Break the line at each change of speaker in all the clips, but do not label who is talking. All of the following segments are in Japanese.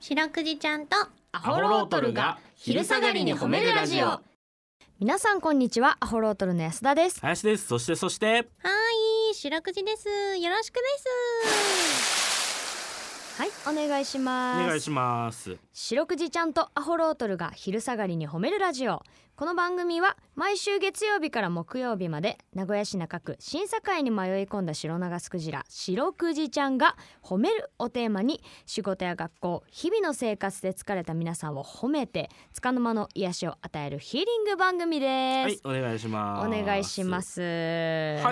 白くじちゃんと
ア
ホロートルが昼下がりに褒めるラジオ
皆さんこんにちはアホロートルの安田です
林ですそしてそして
はい白くじですよろしくです
はいお願いし
お
ます
願いします
白くじちゃんとアホロートルが昼下がりに褒めるラジオこの番組は毎週月曜日から木曜日まで名古屋市中区審査会に迷い込んだ白長スクジラ白くじちゃんが「褒める」をテーマに仕事や学校日々の生活で疲れた皆さんを褒めて束の間の癒しを与えるヒーリング番組です、
はいお願いします
お願いします
は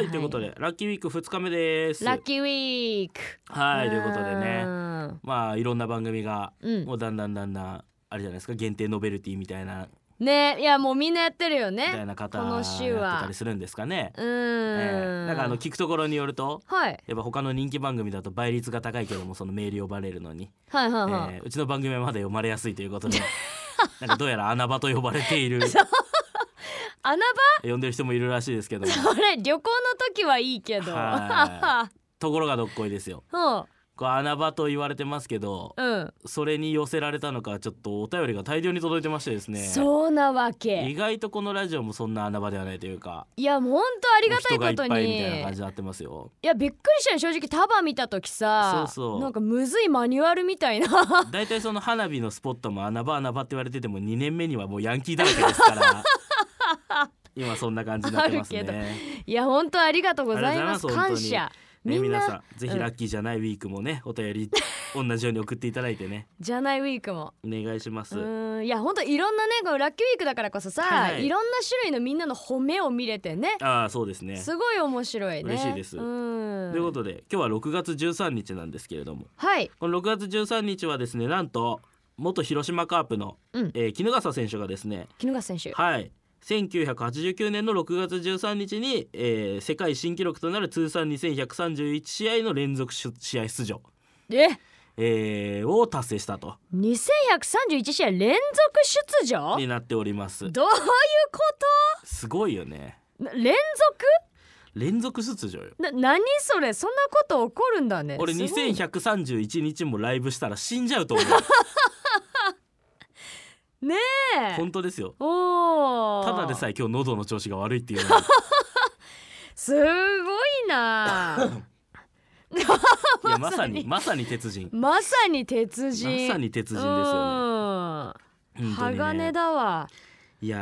い、
は
ということでラッキーウィーク2日目です
ラッキーウィーク
はいということで
う
ね
ん
まあいろんな番組が
うん
もうだんだんだんだんあれじゃないですか限定ノベルティみたいな
ねいやもうみんなやってるよ
みたい
ね
な方
こ
や
の
って
週は
たりするんですかね、
う
え
ー
え
ん
なんかあの聞くところによると
はい
やっぱ他の人気番組だと倍率が高いけどもそのメール呼ばれるのに、
はいは
え
いはい、
えうちの番組はまだ読まれやすいということ でなんかどうやら穴場と呼ばれている
穴
呼んでる人もいるらしいですけども
場 これ旅行の時はいいけど
はところがどっこいですよ
うん
これ穴場と言われてますけど
うん、
それに寄せられたのかちょっとお便りが大量に届いてましてですね
そうなわ
意
け
外とこのラジオもそんな穴場ではないというか
いやもうほんとありがたいこと
人がいっぱいみ
に
たいな感じになってますよ
いやびっくりしたよ正直束見た時さ
そうそう
なんかむずいマニュアルみたいな
だいたいその花火のスポットも穴場穴場って言われてても2年目にはもうヤンキーだらけですから 今そんな感じになってます
あるけど
ね
いやほんとありがとうございます
ありがとうご
感
ざいます
謝
ね
みん
皆
な
さんぜひラッキーじゃないウィークもね お便り同じように送っていただいてね
じゃないウィークも
お願いしま
う
す
ーんいやほんといろんなねこのラッキーウィークだからこそさ、
はい
い
はい
ろんな種類のみんなの褒めを見れてね
ああそうですね
すごい面白いね
嬉しいです
うん
ということで今日は6月13日なんですけれども
はい
この6月13日はですねなんと元広島カープの、
うん
えー衣笠選手がですね
絹笠選手
はい1989年の6月13日に、えー世界新記録となる通算2131試合の連続出試合出場、
え
えーを達成したと
2131試合連続出場
になっております
どういうこ
すごいよね
とな連
連続出場よ
続な何それそんなこと起こるんだね
俺
すごい
2131日もライブしたら死んじゃうと思う
ね
本当ですよ
おお
ただでさえ今日喉の調子が悪いっていう のに
すごい な
いやまさにまさに鉄人
まさに鉄人
まさに鉄人ですよね
うん
本当にね
鋼だわ
いや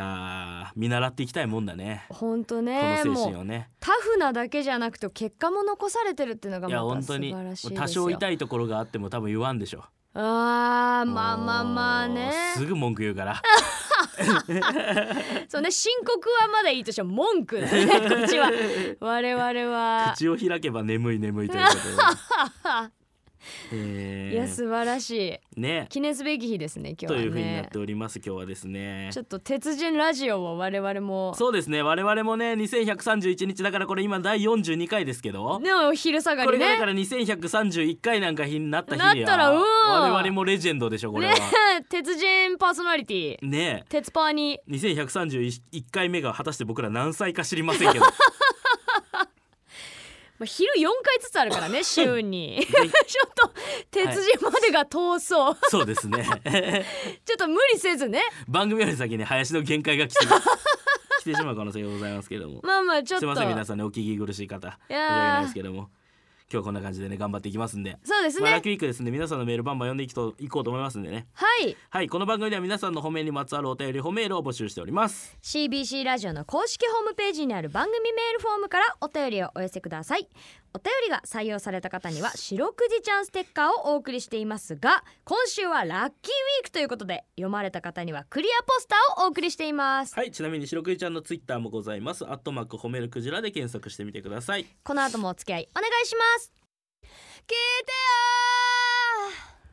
ー見習っていきたいもんだね
ほんと
こ
ね
の精
も
神
う
をね
タフなだけじゃなくて結果も残されてるっていうのが
いや
また
本
素
当に
晴らしいですよ
多少痛いところがあっても多分言わんでしょ
あーまあまあまあね
もうすぐ文句言う から
そうね申告はまだいいとしても文句だね こっちは我々は、
口を開けば眠い眠いという ことで、えー
いや素晴らしい
ね
記念すべき日ですね今日
と
はね
いうふうになっております今日はですね
ちょっと鉄人ラジオを我々も
そうですね我々もね2131日だからこれ今第42回ですけど、
ねお昼下が
これ
り
がだ
ね
から2131回なんか日になった日には
なったらうわ
我々もレジェンドでしょこれは
ね 鉄人パーソナリティ
ねえ
鉄パーに
2131回目が果たして僕ら何歳か知りません けどぜ
まあ、昼4回ずつあるからね 週に
ひ
ちょっと鉄人までが遠そう、
そうですね
ちょっと無理せずね
番組より先に林の限界が 来て来てしまう可能性がございますけども
まあまあちょっ
すい
と
ません皆さんねお聞き苦しい方申し訳
やー
ないですけども今日はこんな感じでね頑張っていきますんで
そうです
まあ、ラ
ね
クウィークですね皆さんのメールバンバン読んでいきといこうと思いますんでね
はい
はいこの番組では皆さんの褒めにまつわるお便り褒めールを募集しております
CBC ラジオの公式ホームページにある番組メールフォームからお便りをお寄せくださいお便りが採用された方には白くじちゃんステッカーをお送りしていますが今週はラッキーウィークということで読まれた方にはクリアポスターをお送りしています
はいちなみに白クイちゃんのツイッターもございますアットマーク褒めるクジラで検索してみてください
この後もお付き合いお願いします聞いて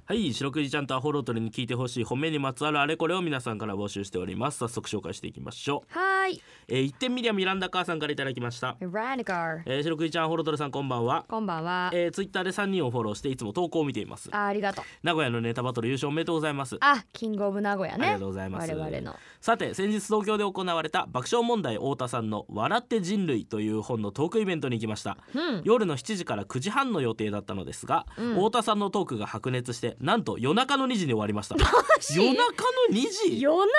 はい白クイちゃんとアホロートルに聞いてほしい褒めにまつわるあれこれを皆さんから募集しております早速紹介していきましょう
よーはーい
えー、1点ミリアミランダ母さんからいただきました
ラニカー
えー、白クイちゃんアホロートルさんこんばんは
こんばんは
えー、ツイッターで3人をフォローしていつも投稿を見ています
あありがとう
名古屋のネタバトル優勝おめでとうございます
あキングオブ名古屋ね
ありがとうございます
我々の
さて先日東京で行われた爆笑問題太田さんの「笑って人類」という本のトークイベントに行きました
うん
夜の7時から9時半の予定だったのですが、
うん
太田さんのトークが白熱してなんと夜中の2時に終わりま した
ジ
夜中の2時
夜中の2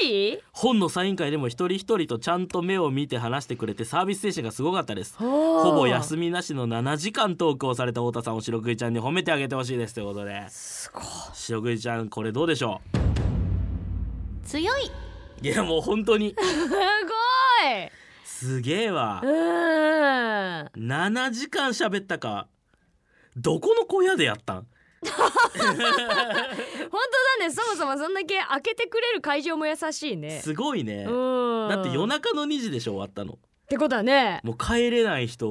時
本のサイン会でも一人一人とちゃんと目を見て話してくれてサービス精神がすごかったですほ
ほ
ぼ休みなしの7時間トークをされた太田さんを白食いちゃんに褒めてあげてほしいですということです
ごい
白食いちゃんこれどうでしょ
強いう
いやもう本当に
すごいう
すげえわ
ーん
7時間喋ったかどこの小屋でやったん
本当だねそもそもそんだけ開けてくれる会場も優しいね
すごいね
うん
だって夜中の2時でしょ終わったの
ってことはね
もう帰れない人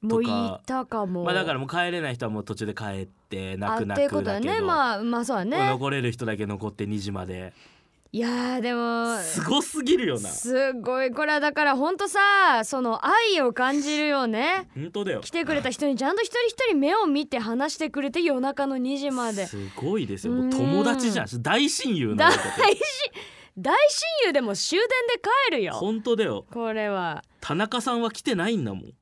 も
と
うい
か
たかも
まあだからもう帰れない人はもう途中で帰って泣く
あっ
泣
ていうこ
く
と
だ
は
けど
ねまあまあそうだね
残れる人だけ残って2時まで
いやーでも
すごすぎるよな
すごいこれはだからほんとさその愛を感じるよね
本当だよ
来てくれた人にちゃんと一人一人目を見て話してくれて夜中の2時まです
ごいですよもう友達じゃん大親友の
大
こと
親大親友でも終電で帰るよ
本当だよ
これは
田中さんは来てないんだもん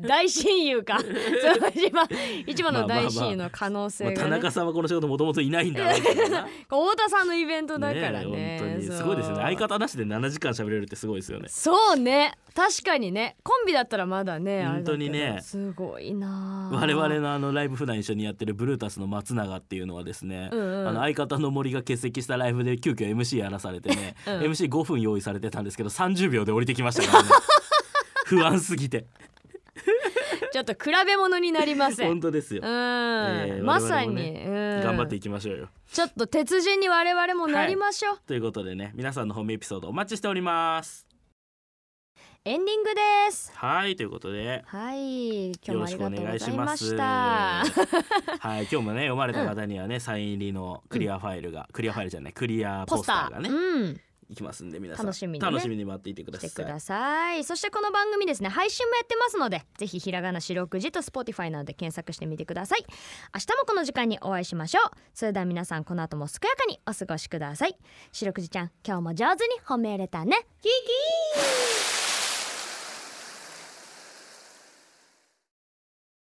大親 友かそれは一番一番の大親友の可能
まあ
性
田
がね
中さんはこの仕事もともといないんだろうけどな
太田さんのイベントだからね
ねえ本当に
そう
すごいですよね相方なしで7時間喋れるってすごいですよね
そうね確かにねコンビだったらまだね
本当にね
あれだけどすごいなあ
我々のあのライブ普段一緒にやってるブルータスの松永っていうのはですね、
うんうん
あの相方の森が欠席したライブで急遽 MC やらされてね、
うん
MC5 分用意されてたんですけど30秒で降りてきました からね不安すぎて
ちょっと比べ物になりません
本当ですよ、
うん、
え
まさ
我々
に、
も
うん
頑張っていきましょうよ
ちょっと鉄人に我々もなりましょう、
ということでね皆さんのホームエピソードお待ちしております
エンディングです
はいということで
はい今日
よ
も
ろ
あ
し
り
くお
がとう
願
ご
い
ざ
し
い
ま
ますし
は
た
い今日もね読まれた方にはね、サイン入りのクリアファイルが、クリアファイルじゃないクリアポ
ポ
ス
ス
ター
ター
がね
うん
いきますんで皆さん
楽しみにね
楽しみに待っていてくだ
して
さ
く
い
ださいそしてこの番組ですね配信もやってますのでぜひひらがな四六時と Spotify などで検索してみてください明日もこの時間にお会いしましょうそれでは皆さんこの後も健やかにお過ごしください四六時ちゃん今日も上手に褒めれたねキキー